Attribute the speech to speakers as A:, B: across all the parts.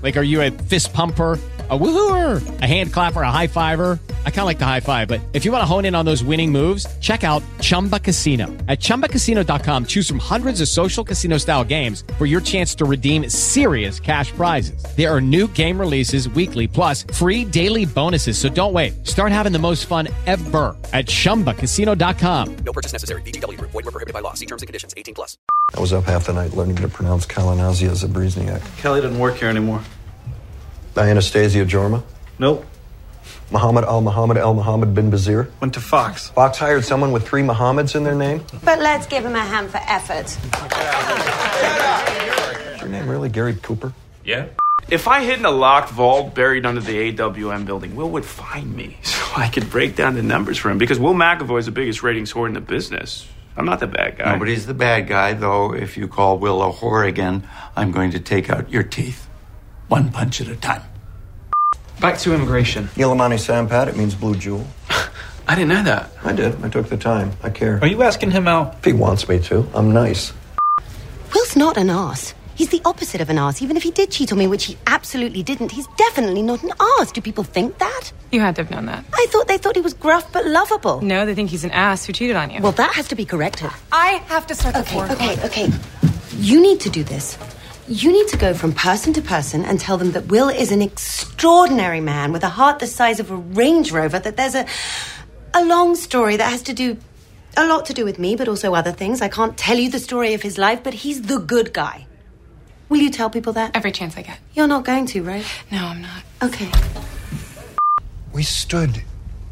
A: Like, are you a fist pumper? A woohooer, a hand clapper, a high fiver. I kind of like the high five, but if you want to hone in on those winning moves, check out Chumba Casino. At chumbacasino.com, choose from hundreds of social casino style games for your chance to redeem serious cash prizes. There are new game releases weekly, plus free daily bonuses. So don't wait. Start having the most fun ever at chumbacasino.com.
B: No purchase necessary. BGW. Void were prohibited by law. See terms and conditions. 18 plus.
C: I was up half the night learning to pronounce Kalinazia Zabrizniak.
D: Kelly doesn't work here anymore.
C: Anastasia Jorma.
D: Nope.
C: Muhammad al Muhammad al Muhammad bin Bazir.
D: Went to Fox.
C: Fox hired someone with three Muhammads in their name.
E: But let's give him a hand for effort.
C: Is your name really Gary Cooper?
F: Yeah.
D: If I hid in a locked vault buried under the AWM building, Will would find me so I could break down the numbers for him because Will McAvoy's the biggest ratings whore in the business. I'm not the bad guy.
G: Nobody's the bad guy, though. If you call Will a whore again, I'm going to take out your teeth. One punch at a time.
H: Back to immigration.
C: Ilamani Sampat, it means blue jewel.
D: I didn't know that.
C: I did. I took the time. I care.
H: Are you asking him out?
C: If he wants me to, I'm nice.
I: Will's not an arse. He's the opposite of an arse. Even if he did cheat on me, which he absolutely didn't, he's definitely not an arse. Do people think that?
J: You had to have known that.
I: I thought they thought he was gruff but lovable.
J: No, they think he's an ass who cheated on you.
I: Well, that has to be corrected.
J: I have to start the
I: Okay, okay, okay. You need to do this. You need to go from person to person and tell them that Will is an extraordinary man with a heart the size of a Range Rover, that there's a a long story that has to do a lot to do with me, but also other things. I can't tell you the story of his life, but he's the good guy. Will you tell people that?
J: Every chance I get.
I: You're not going to, right?
J: No, I'm not.
I: Okay.
C: We stood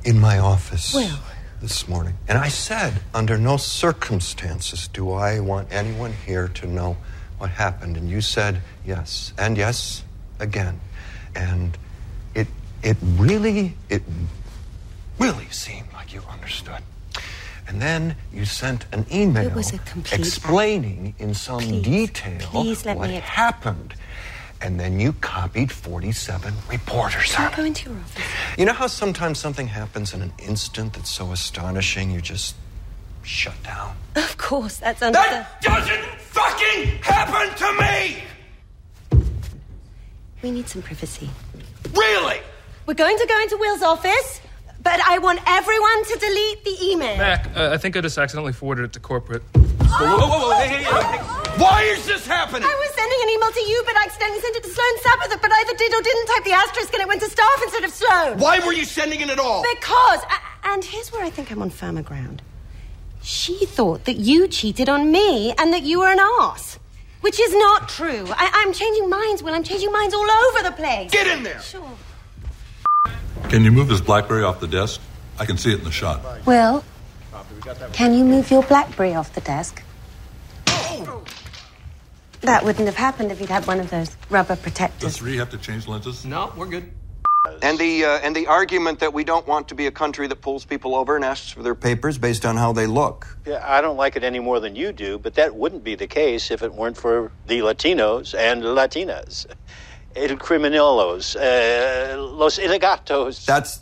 C: in my office
I: Will.
C: this morning, and I said, Under no circumstances do I want anyone here to know what happened. And you said, Yes, and yes, again. And it, it really, it really seemed like you understood. And then you sent an email
I: It was a complete
C: explaining in some
I: Please,
C: detail
I: please let
C: what
I: me ex-
C: happened. And then you copied 47 reporters on
I: I'll
C: it.
I: go into your office.
C: You know how sometimes something happens in an instant that's so astonishing you just shut down?
I: Of course, that's under.
D: doesn't fucking happen to me!
I: We need some privacy.
D: Really?
I: We're going to go into Will's office, but I want everyone to delete the email.
F: Mac, uh, I think I just accidentally forwarded it to corporate.
D: Whoa, whoa, whoa, hey, hey, hey, hey. Why is this happening?
I: I was sending an email to you, but I accidentally sent it to Sloan Sabbath, but either did or didn't type the asterisk and it went to staff instead of Sloan.
D: Why were you sending it at all?
I: Because, a- and here's where I think I'm on firmer ground. She thought that you cheated on me and that you were an arse, which is not true. I, I'm changing minds, Will. I'm changing minds all over the place.
D: Get in there!
I: Sure.
K: Can you move this Blackberry off the desk? I can see it in the shot.
I: Will, can you move your Blackberry off the desk? That wouldn't have happened if you'd had one of those rubber
K: Does
I: protectors.
K: three have to change lenses?
D: No, we're good.
C: And the, uh, and the argument that we don't want to be a country that pulls people over and asks for their papers based on how they look.
L: Yeah, I don't like it any more than you do, but that wouldn't be the case if it weren't for the Latinos and Latinas. El Criminellos, uh, Los Illegatos.
C: That's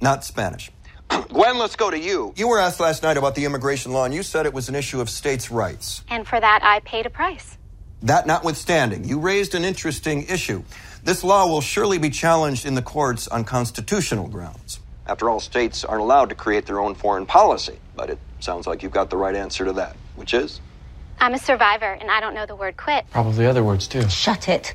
C: not Spanish. Gwen, let's go to you. You were asked last night about the immigration law, and you said it was an issue of states' rights.
I: And for that, I paid a price.
C: That notwithstanding, you raised an interesting issue. This law will surely be challenged in the courts on constitutional grounds. After all, states aren't allowed to create their own foreign policy, but it sounds like you've got the right answer to that, which is.
I: I'm a survivor, and I don't know the word quit.
H: Probably other words too.
I: Shut it.